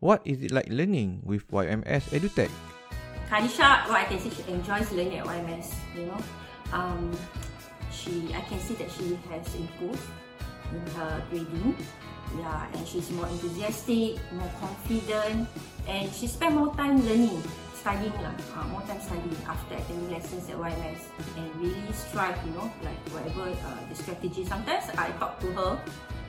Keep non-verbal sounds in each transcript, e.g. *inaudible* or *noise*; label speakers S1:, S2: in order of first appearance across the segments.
S1: What is it like learning with YMS EduTech?
S2: Kadisha, what I can say, she enjoys learning at YMS. You know, um, she I can see that she has improved in her grading. Yeah, and she's more enthusiastic, more confident, and she spent more time learning, studying lah. Uh, more time studying after attending lessons at YMS, and really strive. You know, like whatever uh, the strategy. Sometimes I talk to her.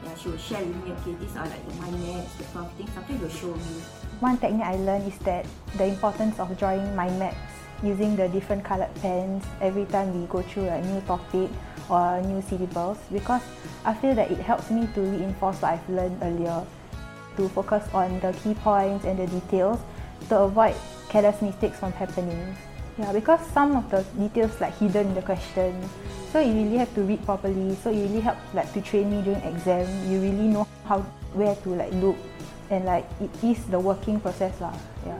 S2: Yeah, she will share with me. Okay, these are like the mind maps, that kind of thing. Sometimes she'll show me.
S3: One technique I learned is that the importance of drawing mind maps using the different colored pens every time we go through a new topic or new syllables because I feel that it helps me to reinforce what I've learned earlier, to focus on the key points and the details to avoid careless mistakes from happening. Yeah, because some of the details like hidden in the question. So you really have to read properly. So it really helps like to train me during exam. You really know how where to like look and like it is the working process lah. Yeah.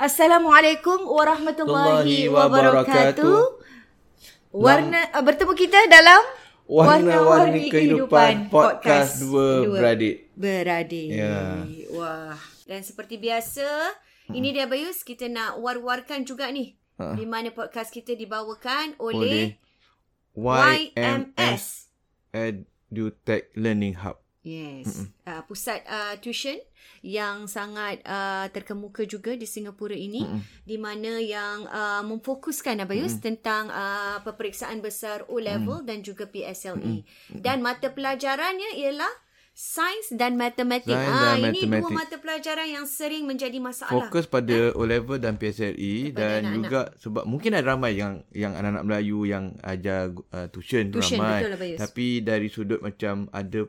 S4: Assalamualaikum warahmatullahi
S1: Warahmatullahi wabarakatuh.
S4: wabarakatuh. Warna uh, bertemu kita dalam
S1: Warna-Warni Kehidupan Podcast Dua
S4: Dua
S1: Beradik.
S4: Beradik.
S1: Ya. Hmm.
S4: Wah. Dan seperti biasa, ini dia Bayus kita nak war-warkan juga ni.
S1: Ha.
S4: Di mana podcast kita dibawakan
S1: Oleh
S4: oleh, YMS.
S1: EduTech Learning Hub.
S4: Yes, uh, pusat uh, tuition yang sangat uh, terkemuka juga di Singapura ini
S1: Mm-mm.
S4: di mana yang uh, memfokuskan Abayus tentang uh, peperiksaan besar O-level dan juga PSLE. E. Dan mata pelajarannya ialah sains dan matematik.
S1: Sains
S4: ah
S1: dan
S4: ini
S1: matematik.
S4: dua mata pelajaran yang sering menjadi masalah.
S1: Fokus pada O-level dan PSLE E
S4: Kepada
S1: dan
S4: anak-anak.
S1: juga sebab mungkin ada ramai yang yang anak-anak Melayu yang ajar uh, tuition,
S4: Tuition,
S1: ramai.
S4: betul lah, Bayus.
S1: Tapi dari sudut macam ada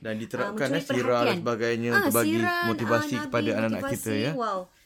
S1: Dan
S4: Ah,
S1: diterapkan uh,
S4: mencuri
S1: sirah dan
S4: perhatian.
S1: sebagainya
S4: Ah,
S1: untuk bagi
S4: siran,
S1: motivasi
S4: ah,
S1: kepada
S4: Nabi,
S1: anak-anak kita
S4: motivasi.
S1: ya.
S4: Wow.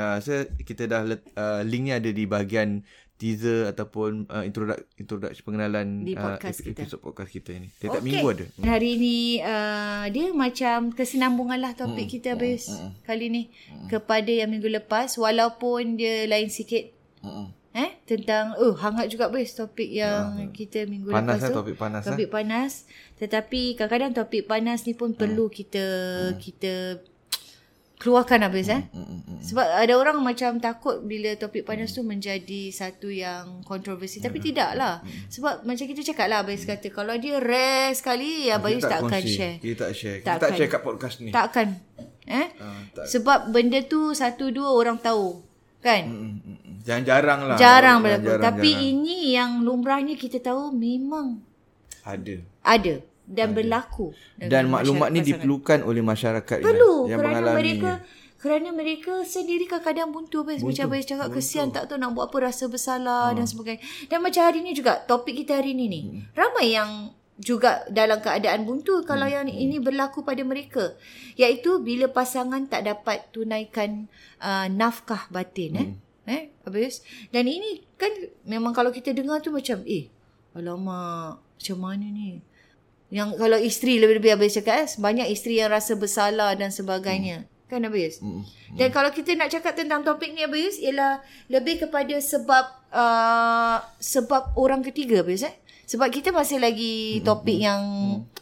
S1: Uh, saya kita dah let, uh, link ni ada di bahagian teaser ataupun uh, introduc- introduction pengenalan
S4: Di
S1: ah,
S4: podcast
S1: ep-
S4: kita.
S1: episod podcast kita ni. Setiap minggu ada.
S4: Dan Hari ni uh, dia macam kesinambungan lah topik mm. kita habis mm. kali ni mm. kepada yang minggu lepas walaupun dia lain sikit
S1: Mm-mm.
S4: eh tentang oh hangat juga habis topik yang kita minggu
S1: Panas
S4: lepas
S1: lah
S4: tu.
S1: topik panas lah.
S4: Topik panas tetapi kadang-kadang topik panas ni pun perlu kita kita keluarkan habis eh. Sebab ada orang macam takut bila topik panas tu menjadi satu yang kontroversi tapi tidaklah. Sebab macam kita cakap lah Abayus kata kalau dia rare sekali
S1: Ah,
S4: ya Abayus tak akan
S5: kongsi.
S4: share.
S5: Kita tak share. Kita
S4: Tak
S5: tak,
S4: akan.
S5: share kat podcast ni.
S4: Tak akan. Eh?
S5: tak.
S4: Sebab benda tu satu dua orang tahu. Kan?
S5: Mm, mm, mm. Jarang-jarang lah.
S4: Jarang
S5: Jarang-
S4: berlaku.
S5: jarang-
S4: Tapi
S5: jarang.
S4: ini yang lumrahnya kita tahu memang
S5: Ada.
S4: ada dan berlaku.
S1: Dan
S4: dengan
S1: maklumat ni
S4: masyarakat sangat.
S1: diperlukan oleh masyarakat yang-
S4: perlu
S1: yang
S4: kerana
S1: mengalami.
S4: mereka kerana mereka sendiri kadang-kadang buntu Abis. Macam Abis cakap kesian tak tahu nak buat apa rasa
S1: Hmm.
S4: bersalah dan sebagainya. Dan macam hari ni juga topik kita hari ni ni. Ramai yang juga dalam keadaan buntu kalau
S1: Hmm.
S4: yang ini berlaku pada mereka iaitu bila pasangan tak dapat tunaikan uh, nafkah batin eh
S1: Hmm.
S4: eh habis dan ini kan memang kalau kita dengar tu macam eh alamak macam mana ni yang kalau isteri lebih-lebih Abis cakap eh, banyak isteri yang rasa bersalah dan sebagainya. Hmm. Kan Abis? Hmm. Dan kalau kita nak cakap tentang topik ni Abis ialah lebih kepada sebab uh, sebab orang ketiga Abis eh. Sebab kita masih
S1: Hmm.
S4: lagi topik yang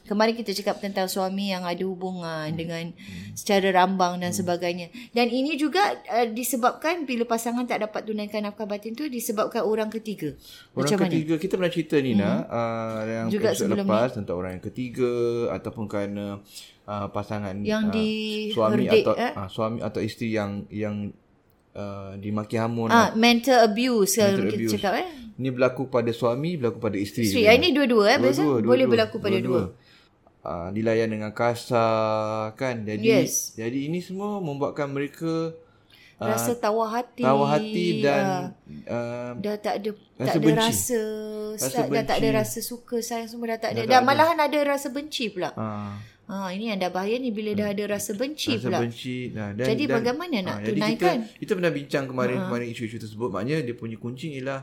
S4: kemarin kita cakap tentang suami yang ada
S1: Hmm.
S4: hubungan dengan secara rambang dan sebagainya. Dan ini juga uh, disebabkan bila pasangan tak dapat tunaikan nafkah batin tu disebabkan orang ketiga.
S1: Orang
S4: Macam mana? Mhm.
S1: ketiga mana? kita pernah cerita ni hmm. nak uh, yang
S4: Juga
S1: Juga
S4: sebelum
S1: lepas ni. tentang orang yang ketiga ataupun kerana uh, pasangan
S4: Yang
S1: ah,
S4: di-
S1: suami
S4: herdik,
S1: atau
S4: eh?
S1: ah, suami atau isteri yang yang uh, dimaki hamun.
S4: Ah, mental abuse kalau
S1: Mental
S4: kita
S1: abuse.
S4: cakap eh.
S1: Ni berlaku pada suami, berlaku pada isteri.
S4: Isteri.
S1: juga.
S4: Ah, Ini dua-dua eh. Biasa
S1: Dua-dua,
S4: boleh
S1: dua-dua,
S4: berlaku pada dua.
S1: Ah, dilayan dengan kasar kan. Jadi
S4: Yes.
S1: jadi ini semua membuatkan mereka ah,
S4: Rasa tawar hati.
S1: tawar hati dan uh,
S4: ah, dah tak ada rasa tak
S1: rasa
S4: ada
S1: benci.
S4: rasa,
S1: Rasa
S4: rasa dah tak ada
S1: benci.
S4: rasa suka sayang semua dah tak ada.
S1: Dah tak
S4: Dah,
S1: ada.
S4: malahan ada rasa benci pula. Ha.
S1: ah,
S4: ini yang dah bahaya ni bila dah ada rasa benci
S1: Hmm. rasa
S4: pula.
S1: benci. Nah, dan,
S4: Jadi
S1: dan, ah,
S4: bagaimana nak
S1: jadi
S4: tunaikan? Ah.
S1: Kita, kita pernah bincang kemarin uh-huh. kemarin isu-isu tersebut. Maknanya dia punya kunci ialah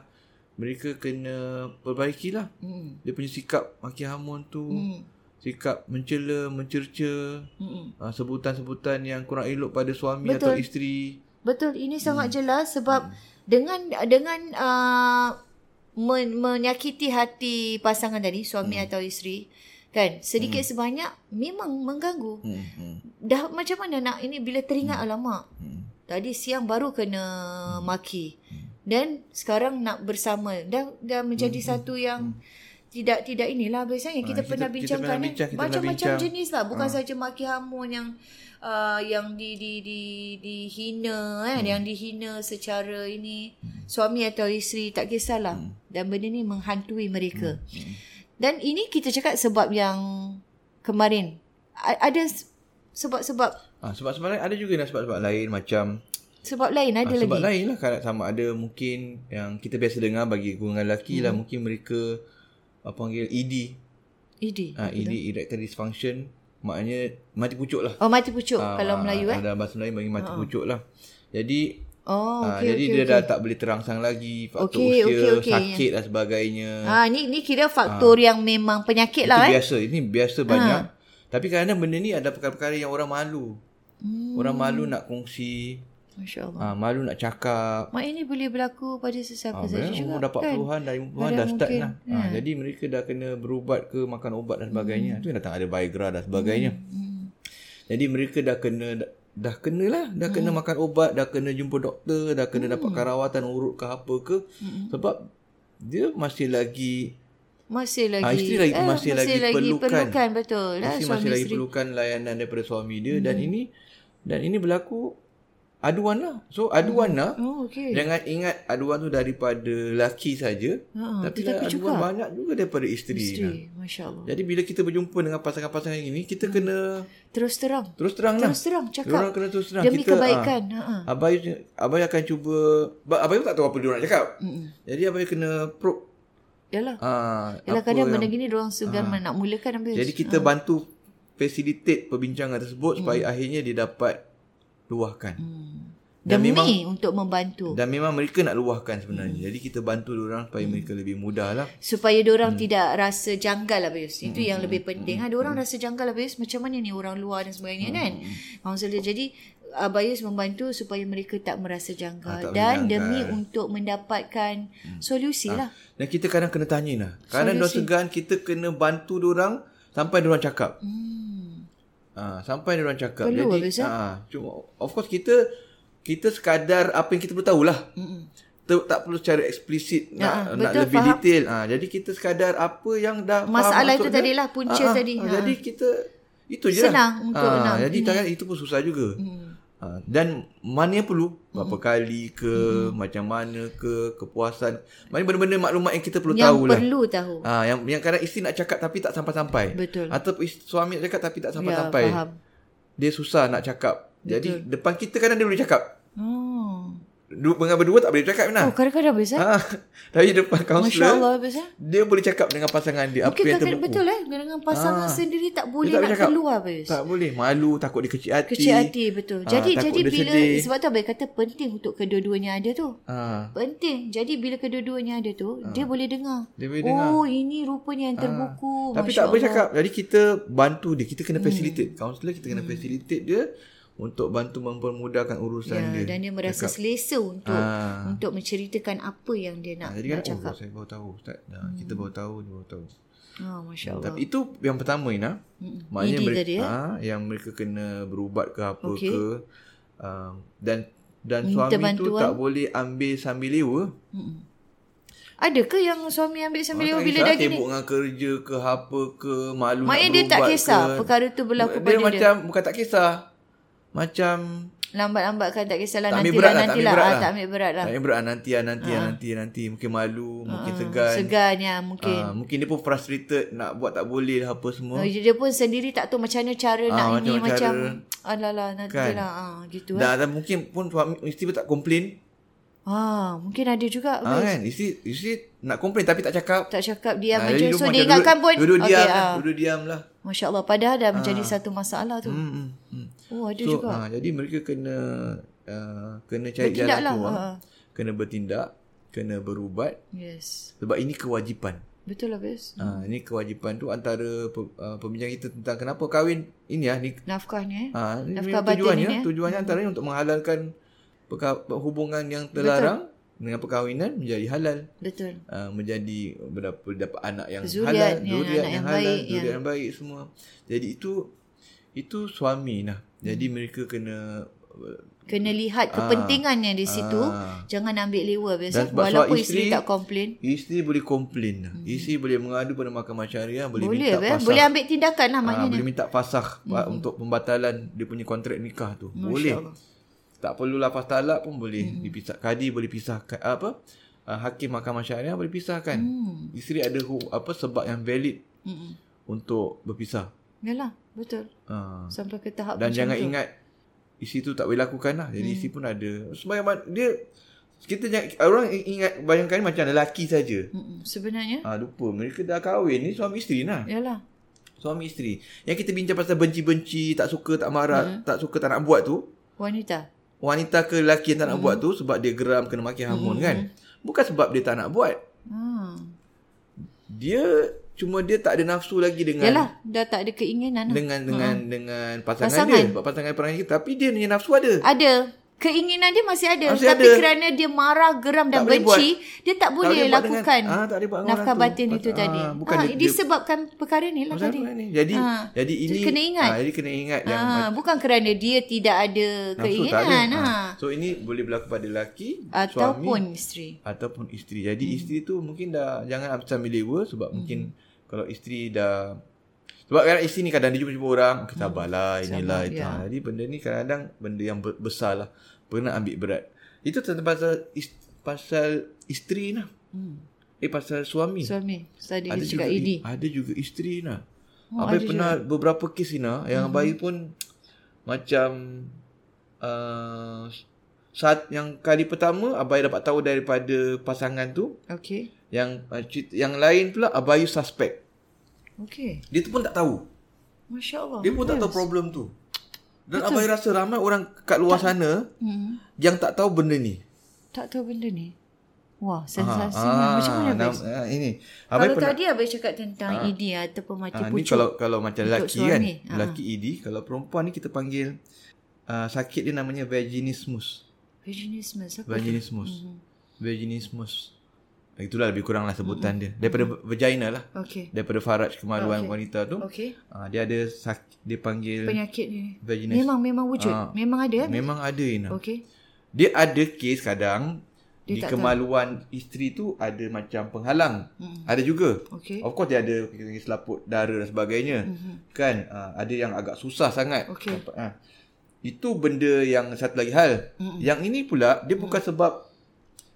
S1: mereka kena perbaikilah.
S4: Hmm.
S1: Dia punya sikap maki hamun tu,
S4: Hmm.
S1: sikap mencela, mencerca,
S4: Hmm.
S1: ah, sebutan-sebutan yang kurang elok pada suami atau
S4: Betul.
S1: isteri.
S4: Betul, ini
S1: Hmm.
S4: sangat jelas sebab dengan dengan uh, men, menyakiti hati pasangan tadi, suami
S1: Hmm.
S4: atau isteri, kan? Sedikit sebanyak memang mengganggu.
S1: Hmm, hmm,
S4: Dah macam mana nak ini bila teringat alamak.
S1: hmm.
S4: Tadi siang baru kena maki. Dan sekarang nak bersama. Dah dah menjadi
S1: Hmm,
S4: satu yang tidak tidak inilah biasanya kita,
S1: Ah, kita-
S4: pernah
S1: kita
S4: bincangkan
S1: pernah
S4: eh.
S1: bincang, kita pernah
S4: macam-macam
S1: bincang. Ah.
S4: jenis lah bukan saja maki hamun yang uh, yang di di di dihina
S1: Hmm.
S4: kan yang dihina secara ini suami atau isteri tak kisahlah
S1: Hmm.
S4: dan benda ni menghantui mereka. Dan ini kita cakap sebab yang kemarin A- ada s- sebab-sebab
S1: Ah, sebab-sebab lain ada juga dan sebab-sebab lain macam
S4: Sebab lain ada
S1: ah,
S4: lagi.
S1: sebab lain lah kadang sama ada mungkin yang kita biasa dengar bagi golongan lelaki hmm. lah mungkin mereka apa panggil E ED
S4: Idi.
S1: ha, ED erectile dysfunction maknanya mati pucuk lah
S4: Oh mati pucuk
S1: Ah,
S4: kalau Melayu eh.
S1: ah, dalam bahasa Melayu bagi mati pucuk lah jadi
S4: Oh
S1: ah,
S4: okey
S1: jadi
S4: okey.
S1: dia
S4: okey.
S1: dah tak boleh terangsang lagi faktor
S4: Okey,
S1: usia
S4: okey, okey.
S1: sakit dan sebagainya
S4: Ah ni ni kira faktor yang memang penyakit
S1: eh. Ah. itu
S4: lah eh. Ah.
S1: biasa ini biasa banyak tapi kadang-kadang benda ni ada perkara-perkara yang orang malu hmm. orang malu nak kongsi
S4: Masya-Allah.
S1: ah, malu nak cakap
S4: Mak ini boleh berlaku pada
S1: Ah,
S4: sesiapa saja
S1: sebenarnya
S4: juga. kan,
S1: umur dah 40-an dah 50-an
S4: Kadang
S1: dah start
S4: mungkin, ya.
S1: lah. Ha, jadi mereka dah kena berubat ke makan ubat dan sebagainya.
S4: Hmm.
S1: Tu yang datang ada Viagra dan sebagainya. Jadi mereka dah kena dah, dah kena lah. Dah kena
S4: Hmm.
S1: makan ubat, dah kena jumpa doktor, dah kena dapat rawatan urut ke apa ke.
S4: Hmm.
S1: Sebab dia masih lagi
S4: Masih lagi.
S1: ah, isteri lagi,
S4: eh,
S1: masih, lagi, perlukan,
S4: perlukan betul. lah,
S1: Isteri
S4: suami
S1: masih lagi
S4: isteri. Hmm.
S1: perlukan layanan daripada suami dia dan ini dan ini berlaku aduan lah. So aduan lah.
S4: Oh okey.
S1: Jangan ingat aduan tu daripada lelaki saja.
S4: Ha,
S1: tapi
S4: tetapi
S1: dah aduan
S4: juga.
S1: banyak juga daripada isteri.
S4: Isteri,
S1: isteri.
S4: masya-Allah.
S1: Jadi bila kita berjumpa dengan pasangan-pasangan ini, kita kena
S4: Terus terang.
S1: terus terang lah.
S4: Terus terang cakap.
S1: Orang kena terus terang.
S4: Demi
S1: kita, ah.
S4: kebaikan. Ha. ha.
S1: Ha, abai, abai akan cuba... Ba- Abai pun tak tahu apa dia orang cakap.
S4: Mm-mm.
S1: Jadi abai kena probe.
S4: Yalah.
S1: Ha,
S4: Yalah
S1: apa yang-
S4: kadang
S1: Ah.
S4: benda gini Ah. orang segan nak mulakan ambil.
S1: Jadi kita bantu facilitate perbincangan
S4: Mm.
S1: tersebut supaya akhirnya dia dapat luahkan. Dan
S4: demi Mm.
S1: memang
S4: untuk membantu.
S1: dan memang mereka nak luahkan sebenarnya. Jadi kita bantu dia orang
S4: Mm.
S1: supaya mereka lebih mudah lah.
S4: supaya orang hmm. tidak rasa janggal lah Bayus. Itu hmm. yang lebih penting. Ada orang rasa janggal lah Bayus. Macam mana ni orang luar dan sebagainya hmm. kan. Kaunselor. Jadi uh, Bayus membantu supaya mereka tak
S1: Ah,
S4: merasa
S1: tak
S4: janggal.
S1: boleh
S4: dan
S1: janggal. Hmm. Ah,
S4: demi untuk mendapatkan solusi lah.
S1: Dan kita kadang kena tanya lah. Kadang dia orang segan, kita kena bantu dia orang sampai dia orang cakap.
S4: Hmm.
S1: Ah, sampai dia orang cakap.
S4: Perlu eh?
S1: Jadi,
S4: ke, Sir?
S1: ah, cuma of course kita kita sekadar apa yang kita perlu tahulah. Ter, tak perlu secara eksplisit nak,
S4: Ah,
S1: nak
S4: betul,
S1: lebih
S4: faham.
S1: detail. Ah, jadi kita sekadar apa yang dah
S4: Masalah
S1: faham
S4: itu
S1: maksud dia.
S4: tadilah, punca
S1: Ah, ah,
S4: tadi.
S1: ah,
S4: Ha.
S1: Jadi kita itu je
S4: Senang
S1: lah.
S4: untuk
S1: Ah,
S4: nak
S1: Jadi tangan itu pun susah juga.
S4: Hmm.
S1: Ah, dan mana yang perlu berapa kali ke
S4: Hmm.
S1: macam mana ke kepuasan mana benda-benda maklumat yang kita perlu
S4: Yang
S1: tahu lah
S4: perlu tahu.
S1: Ah, yang yang kadang isteri nak cakap tapi tak sampai-sampai.
S4: Betul.
S1: Atau is- suami nak cakap tapi tak
S4: Ya,
S1: sampai-sampai.
S4: faham.
S1: Dia susah nak cakap. Jadi Betul. depan kita kadang dia boleh cakap.
S4: Oh.
S1: Du- dengan berdua tak boleh cakap
S4: Oh,
S1: nah.
S4: kadang-kadang boleh Ustaz.
S1: Ah, *laughs* tapi depan
S4: Masya Allah
S1: kaunselor
S4: boleh Ustaz.
S1: dia boleh cakap dengan pasangan dia apa
S4: eh? Mungkin
S1: yang
S4: kadang
S1: terbuku.
S4: betul eh dengan pasangan
S1: Ah.
S4: sendiri tak
S1: Dia
S4: boleh
S1: tak
S4: nak
S1: cakap.
S4: keluar Abis.
S1: Tak boleh. Malu, takut dia kecil hati.
S4: Kecil hati betul.
S1: Ah,
S4: jadi
S1: takut
S4: jadi
S1: dia
S4: bila
S1: sedih.
S4: sebab tu abang kata penting untuk kedua-duanya ada tu.
S1: Ah,
S4: Penting. Jadi bila kedua-duanya ada tu, dia boleh dengar.
S1: Dia boleh
S4: oh,
S1: dengar. Ah.
S4: ini rupanya yang terbuku.
S1: tapi
S4: Masya
S1: tak boleh
S4: Allah.
S1: cakap. Jadi kita bantu dia. Kita
S4: Hmm.
S1: kena facilitate. Kaunselor kita kena facilitate dia untuk bantu mempermudahkan urusan
S4: Ya,
S1: dia.
S4: dan dia merasa
S1: Cakap.
S4: selesa untuk
S1: Ah.
S4: untuk menceritakan apa yang dia
S1: Ah,
S4: nak,
S1: jadi
S4: nak
S1: kan
S4: cakap.
S1: oh, saya baru tahu ustaz. Nah, kita baru tahu, dia baru tahu.
S4: Oh, Masya Allah.
S1: Tapi itu yang pertama Ina.
S4: Mm-mm.
S1: Maknanya
S4: Ini
S1: mereka,
S4: tadi, eh?
S1: ah, yang mereka kena berubat ke apa
S4: Okey.
S1: okay. ke. Um, dan dan
S4: Minta
S1: suami tu
S4: bantuan.
S1: tak boleh ambil sambil lewa.
S4: Adakah yang suami ambil sambil
S1: Ah,
S4: lewa
S1: tak
S4: bila
S1: kisah,
S4: dah gini?
S1: Sibuk dengan kerja ke apa ke, malu
S4: Maknanya
S1: nak
S4: dia tak
S1: berubat
S4: kisah
S1: ke.
S4: perkara tu berlaku
S1: dia
S4: pada dia.
S1: macam, bukan tak kisah. Macam
S4: Lambat-lambat kan tak kisahlah
S1: Tak ambil
S4: nanti
S1: berat
S4: lah
S1: lah, tak
S4: nanti
S1: ambil
S4: lah
S1: berat
S4: Ah,
S1: lah.
S4: tak ambil berat lah. Ha.
S1: tak payah berat ah, nanti ah, nanti ah, nanti ah, nanti mungkin malu, mungkin segan.
S4: Segan ya mungkin.
S1: Ah, mungkin dia pun frustrated nak buat tak boleh lah apa semua.
S4: Oh, Dia pun sendiri tak tahu macam mana cara nak
S1: Ah,
S4: ini
S1: macam mana
S4: macam
S1: cara.
S4: alalah nanti
S1: Kan?
S4: lah ah, gitu eh.
S1: Dan, dan mungkin pun suami isteri pun tak komplain.
S4: Ah, mungkin ada juga
S1: Ah
S4: weh.
S1: kan, isteri isteri nak komplain tapi tak cakap.
S4: tak cakap diam
S1: Ah,
S4: aja
S1: jadi
S4: so
S1: macam
S4: dia ingatkan pun
S1: Duduk
S4: Okey,
S1: diam,
S4: ah.
S1: lah, duduk diam lah.
S4: Masya-Allah padahal dah menjadi satu masalah tu.
S1: Hmm, hmm, hmm.
S4: Oh, ada
S1: so,
S4: juga.
S1: ah, jadi mereka kena uh, kena cari
S4: Bertindak
S1: jalan
S4: lah,
S1: keluar.
S4: ah.
S1: Kena bertindak, kena berubat
S4: Yes.
S1: sebab ini kewajipan.
S4: Betul lah bes.
S1: Ah, ini kewajipan tu antara pe, ah, perbincangan kita tentang kenapa kahwin ini ah ni
S4: Nafkah ni eh.
S1: ah ni memang
S4: Nafkah batin
S1: tujuannya,
S4: ini, eh.
S1: tujuannya antaranya untuk menghalalkan perka- hubungan yang terlarang dengan perkahwinan menjadi halal.
S4: Betul.
S1: uh, menjadi berapa dapat anak yang
S4: Zuriat
S1: halal,
S4: yang- anak yang
S1: halal,
S4: baik,
S1: zuriat
S4: yang-
S1: yang baik semua. Jadi itu itu suami lah.
S4: Hmm.
S1: Jadi mereka kena uh,
S4: Kena lihat kepentingannya di situ.
S1: ha,
S4: Jangan ambil lewa
S1: Ah. Dan
S4: biasa
S1: sebab
S4: walaupun
S1: soal
S4: isteri,
S1: isteri-
S4: tak komplain.
S1: isteri boleh komplain lah. Isteri boleh mengadu pada mahkamah syariah, boleh,
S4: Hmm. Boleh
S1: minta
S4: eh?
S1: fasakh.
S4: Boleh ambil tindakan lah
S1: Ah,
S4: maknanya.
S1: boleh minta fasakh mm untuk pembatalan dia punya kontrak nikah tu. boleh.
S4: Hmm. Allah. Hmm.
S1: Tak perlu lafaz talak pun boleh dipisah. Kadi boleh pisahkan apa? Uh, hakim mahkamah syariah boleh pisahkan.
S4: Hmm.
S1: Isteri ada hu- apa sebab yang valid
S4: Mm-mm.
S1: untuk berpisah.
S4: Hmm, Yalah, betul.
S1: Ah.
S4: Sampai ke tahap
S1: Dan
S4: macam
S1: jangan
S4: tu.
S1: ingat isi tu tak boleh lakukan lah. Jadi hmm. isi pun ada. Sebab dia kita jangan orang ingat bayangkan macam lelaki saja.
S4: Mm-mm. Sebenarnya,
S1: Ah lupa mereka dah kahwin ni suami isteri lah.
S4: yalah.
S1: Suami isteri. Yang kita bincang pasal benci-benci, tak suka, tak marah, hmm. tak suka tak nak buat tu,
S4: Wanita.
S1: wanita ke lelaki yang tak
S4: Hmm.
S1: nak buat tu sebab dia geram kena maki hamun kan. Bukan sebab dia tak nak buat.
S4: Ah.
S1: Dia cuma dia tak ada nafsu lagi dengan
S4: Yalah, dah tak ada keinginan lah.
S1: dengan dengan dengan pasangan,
S4: Pasangan.
S1: pasangan dia, sebab pasangan perangai kita. Tapi dia punya nafsu ada.
S4: Ada. lah Keinginan dia masih ada.
S1: Masih
S4: tapi
S1: ada.
S4: kerana dia marah, geram dan
S1: Tak boleh
S4: benci, dia
S1: Tak
S4: tak boleh
S1: buat
S4: lakukan
S1: dengan, ah, tak boleh buat dengan
S4: nafkah
S1: orang tu.
S4: batin itu
S1: Ah,
S4: tadi.
S1: bukan
S4: Ah,
S1: dia, dia,
S4: disebabkan perkara ni lah
S1: Pasal
S4: tadi.
S1: apa ni? Jadi
S4: Ah.
S1: jadi
S4: Jadi
S1: ini
S4: kena ingat.
S1: Ah, jadi kena ingat yang
S4: Ah,
S1: macam
S4: bukan kerana dia tidak ada
S1: nafsu tak ada.
S4: keinginan.
S1: Ah.
S4: Ah.
S1: So ini boleh berlaku pada lelaki, suami
S4: Ataupun isteri.
S1: ataupun isteri. Jadi hmm. isteri tu mungkin dah jangan sambil lewa sebab hmm. mungkin kalau isteri dah sebab kadang isteri ni kadang dia jumpa-jumpa orang, okay, sabarlah, inilah,
S4: Sabar,
S1: itu.
S4: ya.
S1: Ha, Jadi benda ni kadang-kadang benda yang ber- besar lah. Pernah ambil berat. Itu tentang pasal, is- pasal isteri lah.
S4: Hmm.
S1: Eh, pasal suami.
S4: Suami. Tadi
S1: ada
S4: kita
S1: juga
S4: cakap ini.
S1: ada juga isteri Ina.
S4: Oh,
S1: Oh,
S4: ada
S1: Abai pernah juga. beberapa kes Ina yang hmm. Abai pun macam uh, saat yang kali pertama Abai dapat tahu daripada pasangan tu
S4: Okey.
S1: yang uh, cit- yang lain pula Abai suspect.
S4: Okey.
S1: Dia tu pun tak tahu.
S4: Masya Allah.
S1: Dia pun tak tahu problem tu. Dan Betul. Abai rasa ramai orang kat luar sana
S4: Hmm.
S1: yang tak tahu benda ni.
S4: Tak tahu benda ni.
S1: Ah,
S4: Wah, sensasi ha, macam mana
S1: nam-
S4: Abis?
S1: ah, ini. Abai
S4: Kalau
S1: pernah
S4: tadi Abis cakap tentang ha. ED ataupun mati
S1: Ah,
S4: ha,
S1: ni
S4: pucuk.
S1: kalau kalau macam
S4: Untuk
S1: lelaki
S4: suami.
S1: kan.
S4: Ah.
S1: Lelaki ED, kalau perempuan ni kita panggil uh, sakit dia namanya vaginismus.
S4: Vaginismus apa? Hmm.
S1: Vaginismus. Vaginismus. Itulah lebih kurang lah sebutan dia. Daripada vagina lah.
S4: Hmm. Okey.
S1: Daripada faraj kemaluan
S4: Okey.
S1: wanita tu.
S4: Okey.
S1: ah, dia ada sak- dia panggil
S4: Penyakit ni.
S1: vaginas.
S4: Memang memang wujud.
S1: Ah.
S4: memang ada eh.
S1: Memang ada Ina.
S4: Okey.
S1: Dia ada kes kadang
S4: Dia
S1: di
S4: tak
S1: kemaluan isteri tu ada macam penghalang.
S4: Hmm.
S1: Ada juga.
S4: Okey.
S1: Of course dia ada kita panggil selaput dara dan sebagainya.
S4: Mhm.
S1: Kan? Ah, ada yang agak susah sangat.
S4: Okey.
S1: Dapat, ah. Itu benda yang satu lagi hal.
S4: Mhm.
S1: Yang ini pula dia bukan sebab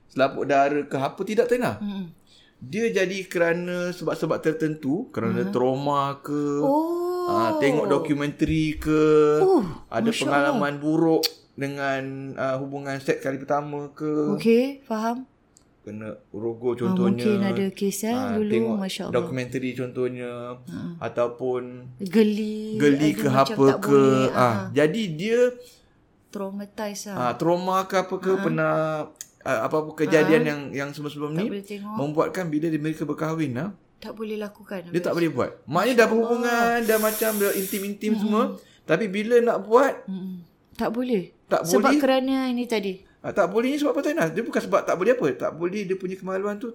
S1: selaput dara ke apa tidak Tina.
S4: Mhm.
S1: Dia jadi kerana sebab-sebab tertentu, kerana trauma ke
S4: Mhm. Oh. Uh,
S1: Ah, tengok dokumentari ke ada pengalaman buruk dengan uh, hubungan seks kali pertama ke
S4: Okey, faham.
S1: kena rogo
S4: Ah,
S1: contohnya
S4: mungkin ada kes eh
S1: Ah,
S4: dulu
S1: tengok
S4: masya-Allah.
S1: dokumentari contohnya ataupun
S4: Geli.
S1: geli
S4: ada
S1: ke
S4: macam
S1: apa
S4: tak
S1: ke
S4: boleh, lah.
S1: ah jadi dia
S4: Traumatize
S1: ah,
S4: lah.
S1: trauma ke apa ke pernah ah, apa-apa kejadian yang yang sebelum-sebelum
S4: Tak
S1: ni
S4: boleh tengok.
S1: membuatkan bila dia mereka berkahwin ah
S4: tak boleh lakukan.
S1: Dia tak boleh buat. Maknya dah berhubungan, dah macam dah intim-intim
S4: Hmm.
S1: semua. Tapi bila nak buat,
S4: Mm-mm. Tak boleh.
S1: Tak
S4: Sebab
S1: boleh.
S4: kerana ini tadi.
S1: ah, tak boleh ni sebab apa Tainas? Dia bukan sebab tak boleh apa. Tak boleh dia punya kemaluan tu.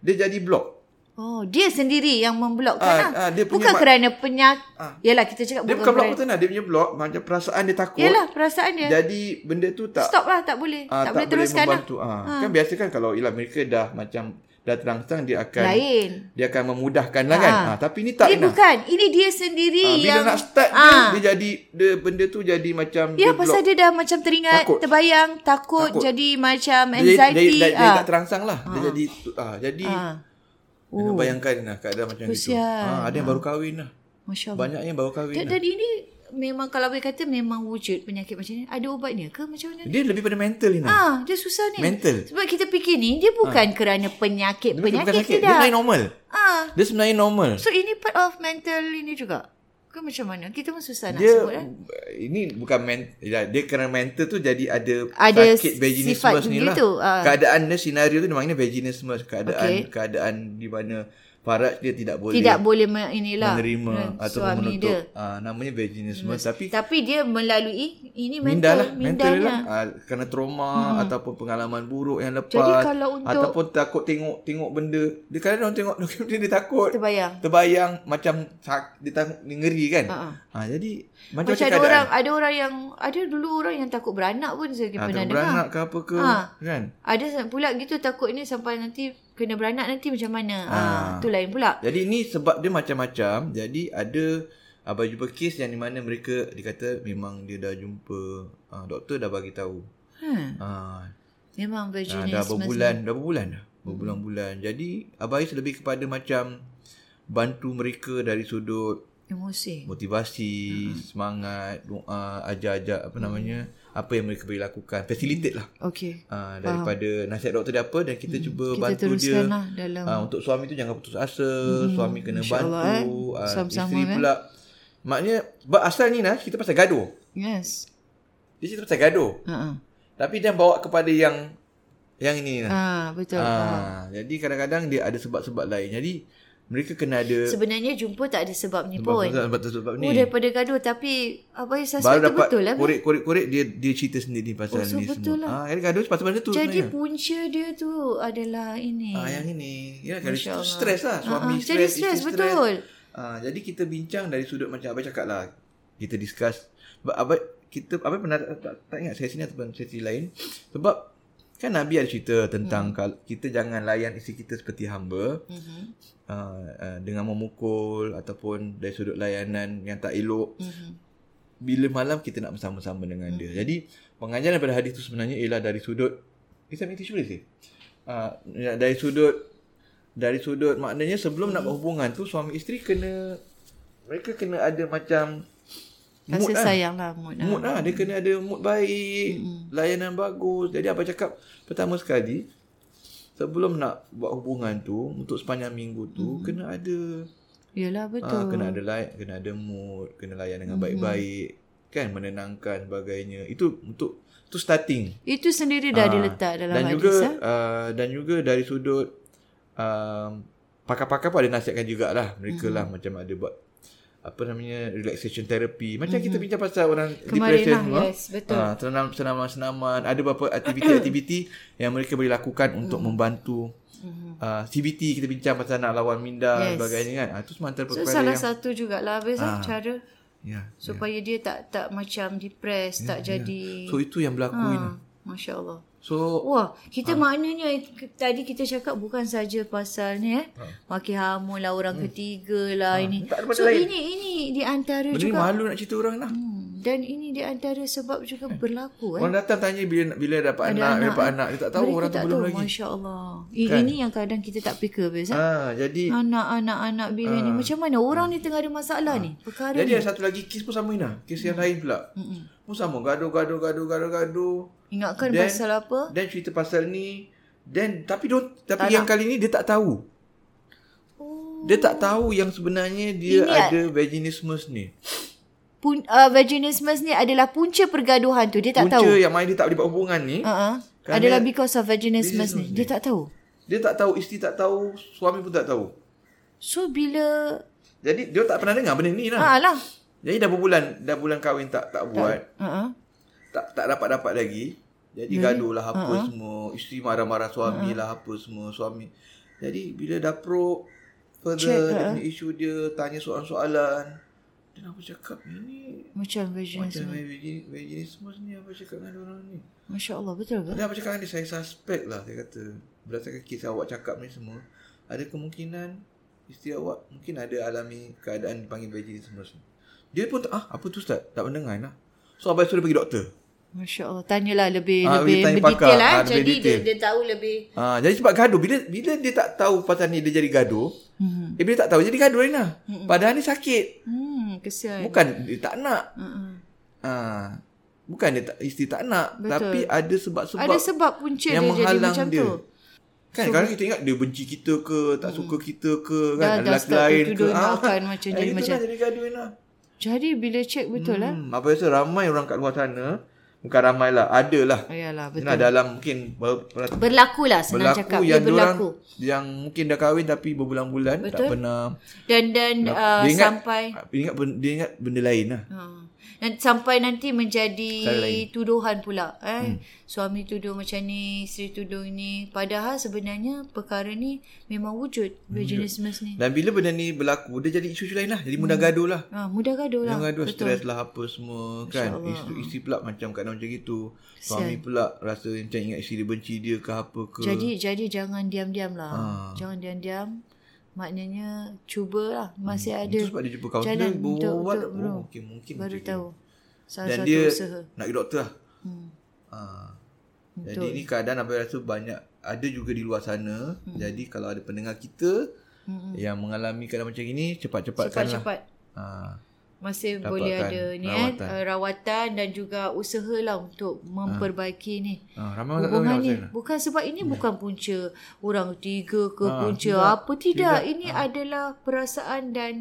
S1: Dia jadi blok.
S4: Oh, dia sendiri yang memblokkan
S1: Ah, ah,
S4: lah.
S1: dia punya
S4: bukan
S1: mak-
S4: kerana penyak.
S1: Ah.
S4: Yelah, kita cakap
S1: Dia bukan blok
S4: kerana-
S1: apa Tainas. Dia punya blok. Macam perasaan dia takut.
S4: Yelah, perasaan dia.
S1: Jadi benda tu tak...
S4: Stop lah, tak boleh.
S1: ah,
S4: tak, boleh teruskan lah.
S1: membantu. Ah, Kan biasa kan kalau ialah mereka dah macam... Dah terang-terang dia akan...
S4: Lain.
S1: Dia akan memudahkan lah kan.
S4: Ah.
S1: Ah, tapi ni tak
S4: Dia
S1: Tainas.
S4: bukan. Ini dia sendiri
S1: Ah, bila
S4: yang...
S1: nak start
S4: Ah.
S1: dia, dia jadi... Dia, benda tu jadi macam... dia
S4: Ya, pasal
S1: block.
S4: dia dah macam teringat,
S1: Takut.
S4: terbayang, takut,
S1: Takut.
S4: jadi macam
S1: Dia, jadi-
S4: anxiety.
S1: dia, dia, dia,
S4: ah.
S1: tak terangsang lah. Dia jadi... Ah, jadi...
S4: Ah.
S1: Oh. Bayangkan lah keadaan macam gitu.
S4: Kesian. Ah.
S1: Ha, ada yang baru kahwin lah.
S4: Masya Allah.
S1: Banyak yang baru kahwin
S4: Dan,
S1: lah.
S4: dan ini memang kalau boleh kata memang wujud penyakit macam ni. Ada ubatnya ke macam mana?
S1: Dia lebih pada mental ni. Ha.
S4: Ah, dia susah ni.
S1: Mental.
S4: Sebab kita fikir ni dia bukan kerana penyakit-penyakit
S1: sakit. Dia
S4: tidak.
S1: sebenarnya normal.
S4: ah,
S1: Dia sebenarnya normal.
S4: so ini part of mental ini juga. Ke macam mana? Kita pun susah nak
S1: Dia
S4: sebut kan.
S1: ini bukan men, ya, dia kerana mental tu jadi ada,
S4: Ada
S1: sakit
S4: sifat
S1: vaginismus ni lah.
S4: begitu, ah.
S1: Keadaan dia senario tu dia panggil vaginismus. Keadaan
S4: Okey.
S1: keadaan di mana faraj dia tidak boleh
S4: Tidak boleh me- inilah
S1: menerima
S4: eh,
S1: atau
S4: suami
S1: menutup.
S4: dia.
S1: Ah, namanya vaginismus tapi
S4: Tapi dia melalui ini
S1: Minda
S4: mental,
S1: lah Mental
S4: mindanya.
S1: lah uh, Kerana trauma Ataupun pengalaman buruk yang lepas
S4: Jadi kalau untuk-
S1: Ataupun takut tengok Tengok benda Dia kadang orang tengok dokumentari Dia takut
S4: Ah, Terbayang.
S1: Terbayang Macam sak, dia, tak, dia ngeri kan
S4: Ha-ha.
S1: ha, Jadi Macam, kan?
S4: Macam ada orang ada orang yang ada dulu orang yang takut beranak pun saya
S1: ha,
S4: pernah dengar.
S1: Beranak ke apa ke
S4: Ha.
S1: Kan
S4: Ada sa- pula gitu takut ni sampai nanti kena beranak nanti macam mana. Ha,
S1: Ah.
S4: tu lain pula.
S1: Jadi ni sebab dia macam-macam Jadi ada Abang jumpa kes yang di mana mereka dikata memang dia dah jumpa uh, doktor dah bagi tahu.
S4: Hmm.
S1: Ah, Ah,
S4: Memang virginismus.
S1: dah berbulan, dah berbulan dah.
S4: Hmm.
S1: Berbulan-bulan. Jadi Abah Ais lebih kepada macam bantu mereka dari sudut
S4: Emosi.
S1: motivasi,
S4: Hmm.
S1: semangat, doa, ajar-ajar apa namanya, apa yang mereka boleh lakukan. Facilitate lah.
S4: Okey.
S1: Ah, daripada nasihat doktor dia apa dan kita cuba
S4: Hmm. Kita
S1: bantu dia.
S4: teruskan lah dalam
S1: Ah, untuk suami tu jangan putus asa, suami kena
S4: InsyaAllah,
S1: bantu,
S4: Hmm, eh.
S1: ah,
S4: Sama-sama,
S1: isteri
S4: kan?
S1: pula. Maknanya sebab asal ni Nas kita pasal gaduh.
S4: Yes.
S1: Dia cerita pasal gaduh.
S4: Ha.
S1: Tapi dia bawa kepada yang yang ini Nas.
S4: Ah, betul.
S1: Kan? Ah, jadi kadang-kadang dia ada sebab-sebab lain. Jadi mereka kena ada
S4: Sebenarnya jumpa tak ada sebab ni pun.
S1: sebab-sebab ni.
S4: Oh, daripada gaduh tapi apa yang saya
S1: Baru
S4: sebut tu
S1: dapat
S4: betul lah. Beb.
S1: korek-korek dia dia cerita sendiri pasal
S4: Oh, so
S1: ni semua.
S4: betul lah.
S1: Ah, kadang-kadang sebab-sebab dia tu
S4: Jadi
S1: sebenarnya.
S4: punca dia tu adalah ini.
S1: Ah, yang ini. Ya, kalau
S4: Masya Allah.
S1: stres lah. Suami
S4: Ah, ah,
S1: stres,
S4: jadi
S1: isteri
S4: stres, betul.
S1: Ah, jadi kita bincang dari sudut macam Abang cakap lah. Kita discuss. Sebab Abang, kita, Abang pernah tak, tak, tak ingat sesi ni ataupun sesi lain. Sebab kan Nabi ada cerita tentang kal- kita jangan layan isteri kita seperti hamba. Mm-hmm. Uh, dengan memukul ataupun dari sudut layanan yang tak elok. Mm-hmm. Bila malam kita nak bersama-sama dengan mm-hmm. dia. Jadi pengajaran daripada hadis tu sebenarnya ialah dari sudut. Is that tissue boleh sih? Uh, dari sudut dari sudut maknanya sebelum nak berhubungan tu suami isteri kena mereka kena ada macam
S4: Kasih
S1: lah.
S4: sayang lah mood.
S1: Mood lah Dia kena ada mood baik mm-hmm. Layanan bagus Jadi apa cakap Pertama sekali Sebelum nak buat hubungan tu Untuk sepanjang minggu tu mm-hmm. Kena ada
S4: Yelah betul. Mhm.
S1: ah, Kena ada layan Kena ada mood Kena layan dengan mm-hmm. baik-baik Kan menenangkan sebagainya Itu untuk Itu starting
S4: Itu sendiri
S1: Ah,
S4: dah diletak dalam
S1: dan
S4: hadis.
S1: juga
S4: ah.
S1: uh, dan juga dari sudut ah, um,
S4: Mhm.
S1: pakar-pakar pun ada nasihatkan jugalah mereka lah macam ada buat apa namanya relaxation therapy macam mm-hmm. kita bincang pasal orang
S4: Mhm. Kemarin
S1: depression
S4: lah,
S1: semua.
S4: yes, betul.
S1: Ah, senam senaman senaman ada beberapa
S4: *coughs*
S1: aktiviti-aktiviti yang mereka boleh lakukan
S4: Mhm.
S1: untuk membantu uh, CBT kita bincang pasal nak lawan minda
S4: Yes.
S1: dan sebagainya kan ah, itu semua antara
S4: So
S1: perkara
S4: salah
S1: yang Ah.
S4: satu jugalah Habis lah cara
S1: ya,
S4: Supaya dia tak tak macam depressed yeah, Tak jadi
S1: so itu yang berlaku ini
S4: ha, Masya Allah
S1: so
S4: Wah,
S1: Ah.
S4: kita ha. maknanya ke- tadi kita cakap bukan saja pasal ni eh. Ha. Maki hamun lah orang hmm. ketiga lah ha. ini.
S1: Ah. Tak ada benda
S4: So
S1: lain.
S4: ini ini di antara
S1: benda ni
S4: juga
S1: malu nak cerita orang lah
S4: hmm, dan ini di antara sebab juga berlaku eh.
S1: orang datang tanya bila bila dapat
S4: Ada
S1: anak, bila dapat
S4: eh.
S1: anak dia tak tahu
S4: Mereka
S1: orang tu
S4: tak
S1: belum
S4: tahu,
S1: lagi Kan?
S4: Masya Allah. Eh, Ini yang kadang kita tak fikir biasa. Ha.
S1: ah jadi
S4: Anak-anak-anak bila ni macam mana? Orang ni tengah ada masalah ni. Perkara
S1: Ah. jadi
S4: lah ni. Hmm.
S1: ada satu lagi kes pun sama Ina kes yang lain pula pun sama gaduh gaduh gaduh gaduh gaduh
S4: Ingatkan
S1: Then-
S4: pasal apa?
S1: dan cerita pasal ni dan tapi dia, tapi yang kali ni dia tak tahu dia tak tahu yang sebenarnya dia
S4: Ini
S1: ada vaginismus ni.
S4: Pun, uh, vaginismus ni adalah punca pergaduhan tu. Dia tak
S1: Punca
S4: tahu.
S1: yang main dia tak boleh buat hubungan ni.
S4: Uh-uh.
S1: Kerana-
S4: Adalah because of vaginismus
S1: Vaginismus
S4: ni. Dia
S1: ni.
S4: tak tahu.
S1: Dia tak tahu, isteri tak tahu, suami pun tak tahu.
S4: So bila
S1: Jadi dia tak pernah dengar benda ni lah.
S4: ah lah.
S1: Jadi dah berbulan, dah bulan kahwin tak tak buat,
S4: Uh-huh.
S1: tak tak dapat-dapat lagi. Jadi gaduh lah apa semua, isteri marah-marah suami lah apa semua, suami. Jadi bila dah pro further dia punya isu dia, tanya soalan-soalan. Dan aku cakap ini
S4: Macam
S1: macam
S4: vaginismus.
S1: vagin- vaginismus ni apa cakap dengan orang ni.
S4: Masya Allah betul ke?
S1: Dia apa cakap dengan dia, saya suspect lah dia kata. Berdasarkan kes awak cakap ni semua, ada kemungkinan isteri awak mungkin ada alami keadaan dipanggil vaginismus ni. Dia pun tak, ah apa tu Ustaz? Tak mendengar lah. So abang suruh pergi doktor.
S4: Masya Allah. Tanyalah lebih
S1: Ah, kita
S4: lebih
S1: tanya pakar.
S4: berdetail lah.
S1: Ah, lebih
S4: Jadi dia,
S1: detail.
S4: dia tahu lebih.
S1: Ah, jadi sebab gaduh bila bila dia tak tahu pasal ni dia jadi gaduh. Mm-hmm. Eh, bila tak tahu jadi gaduh Rina. Mm-hmm. Padahal ni sakit.
S4: Hmm, kesian.
S1: Bukan dia tak nak.
S4: Uh-uh.
S1: Ah, bukan dia tak, isteri tak nak,
S4: Betul.
S1: Betul. tapi ada sebab-sebab
S4: Ada sebab punca
S1: yang
S4: dia jadi
S1: menghalang
S4: macam
S1: dia.
S4: tu.
S1: Kan so, kadang kita ingat dia benci kita ke, tak suka kita ke, kan
S4: Hmm. Dah- dah
S1: ada lelaki
S4: start
S1: lain ke. kan? Eh,
S4: tuduh-tuduh makan macam jadi
S1: itulah
S4: macam-
S1: jadi gaduh Rina.
S4: Jadi bila cek betul lah.
S1: Hmm, apa rasa ramai orang kat luar sana, bukan ramai lah, ada lah.
S4: Ayalah Ah, betul.
S1: Rina dalam mungkin ber, ber,
S4: Berlaku lah senang
S1: berlaku
S4: cakap. Dia
S1: yang diorang-
S4: berlaku.
S1: yang mungkin dah kahwin tapi berbulan-bulan tak pernah
S4: Dan dan uh,
S1: dia ingat,
S4: sampai.
S1: dia ingat ben- dia ingat benda lain lah.
S4: Ha. Dan sampai nanti menjadi
S1: Cara lain.
S4: tuduhan pula eh. Hmm. Suami tuduh macam ni, isteri tuduh ni. Padahal sebenarnya perkara ni memang wujud vaginismus ni.
S1: Dan bila benda ni berlaku dia jadi isu-isu lain lah, jadi mudah gaduh lah.
S4: Ha, mudah gaduh lah.
S1: Yang gaduh stres lah apa semua kan. Isteri, isteri pula macam kat macam gitu. Suami pula rasa macam ingat isteri dia benci dia ke apa ke. Ah.
S4: Jadi jadi jangan diam-diam lah. Ha. Jangan diam-diam. Maknanya cubalah masih hmm. ada
S1: Itu sebab dia jumpa kaunselor
S4: jalan untuk,
S1: berbual.
S4: untuk bro.
S1: Oh, mungkin mungkin
S4: baru
S1: macam
S4: tahu.
S1: ni.
S4: Salah
S1: Dan
S4: satu
S1: dia
S4: usaha. Hmm.
S1: nak pergi doktor lah. Ha. Jadi ni keadaan apa rasa banyak ada juga di luar sana.
S4: Hmm.
S1: Jadi kalau ada pendengar kita yang mengalami keadaan macam ini cepat-cepatkanlah.
S4: Cepat-cepat.
S1: Ha.
S4: masih
S1: lah. Dapatkan
S4: boleh ada ni kan
S1: rawatan.
S4: eh, rawatan dan juga usaha lah untuk memperbaiki ni
S1: Ha, ramai orang tak tahu
S4: hubungan
S1: yang
S4: ni
S1: pasal ni.
S4: bukan sebab ini bukan punca orang tiga ke
S1: Ah,
S4: punca
S1: tidak.
S4: apa tidak,
S1: Tidak. Ah.
S4: ini adalah perasaan dan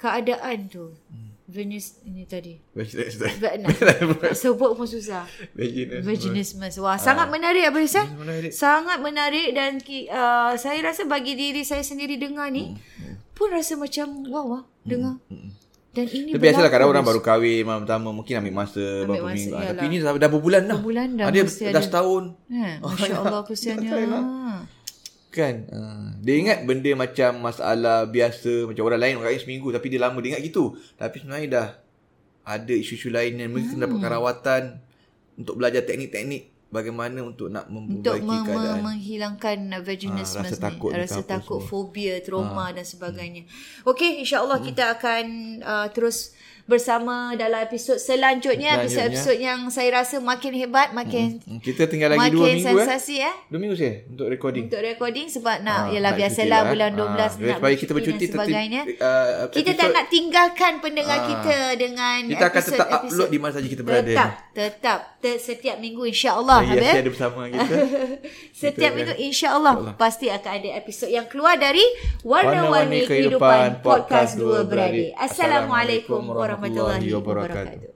S4: keadaan tu
S1: Hmm.
S4: Venus ini
S1: *laughs*
S4: tadi
S1: Vaginismus.
S4: sebab nak nak sebut pun susah
S1: Vaginismus.
S4: vaginismus
S1: Ah.
S4: wah sangat menarik apa Isa
S1: menarik.
S4: sangat menarik dan ki- uh, saya rasa bagi diri saya sendiri dengar ni
S1: Hmm,
S4: pun rasa macam wow ah dengar dan ini
S1: Tapi biasalah
S4: berlaku
S1: kadang orang baru kahwin malam pertama mungkin ambil masa ambil berapa
S4: masa,
S1: minggu. Ah, Tapi
S4: iyalah.
S1: ni dah, dah berbulan dah.
S4: Berbulan dah,
S1: Ah, dia
S4: mesti
S1: dah
S4: ada.
S1: setahun *laughs*
S4: Eh, Masya Allah kesiannya.
S1: kan. Ah, dia ingat benda macam masalah biasa macam orang lain orang kahwin seminggu tapi dia lama dia ingat gitu. Tapi sebenarnya dah ada isu-isu lain yang mereka hmm. dapatkan rawatan untuk belajar teknik-teknik bagaimana untuk nak
S4: Untuk
S1: memperbaiki
S4: me- me-
S1: keadaan.
S4: menghilangkan vaginismus
S1: Ah, rasa
S4: ni.
S1: takut ni ke
S4: rasa
S1: apa
S4: takut,
S1: semua. Ah. Hmm.
S4: fobia, trauma dan sebagainya. Okey, insyaAllah kita akan uh, terus bersama dalam episod selanjutnya.
S1: Selanjutnya.
S4: Episod-episod yang saya rasa makin hebat, makin
S1: Hmm, Kita tinggal lagi 2
S4: makin
S1: minggu eh.
S4: sensasi eh.
S1: Dua minggu saya untuk recording.
S4: Untuk recording sebab
S1: Ah,
S4: nak, yelah
S1: nak cuti
S4: biasalah
S1: lah,
S4: bulan
S1: eh.
S4: 12
S1: Ah,
S4: nak
S1: supaya kita bercuti
S4: dan sebagainya.
S1: tertib- ah,
S4: kita tak
S1: episod-
S4: nak tinggalkan pendengar kita dengan
S1: Kita akan tetap
S4: episod-episod.
S1: upload di mana saja kita berada.
S4: Tetap, tetap. Ter- setiap minggu insya-Allah.
S1: Lagi
S4: Habis?
S1: Asyik Ah, ada bersama
S4: *laughs*
S1: kita.
S4: Setiap
S1: Kita-
S4: minggu insya-Allah
S1: InsyaAllah.
S4: pasti akan ada episod yang keluar dari Warna-Warni Kehidupan Podcast Dua Beradik. Assalamualaikum warahmatullahi wabarakatuh.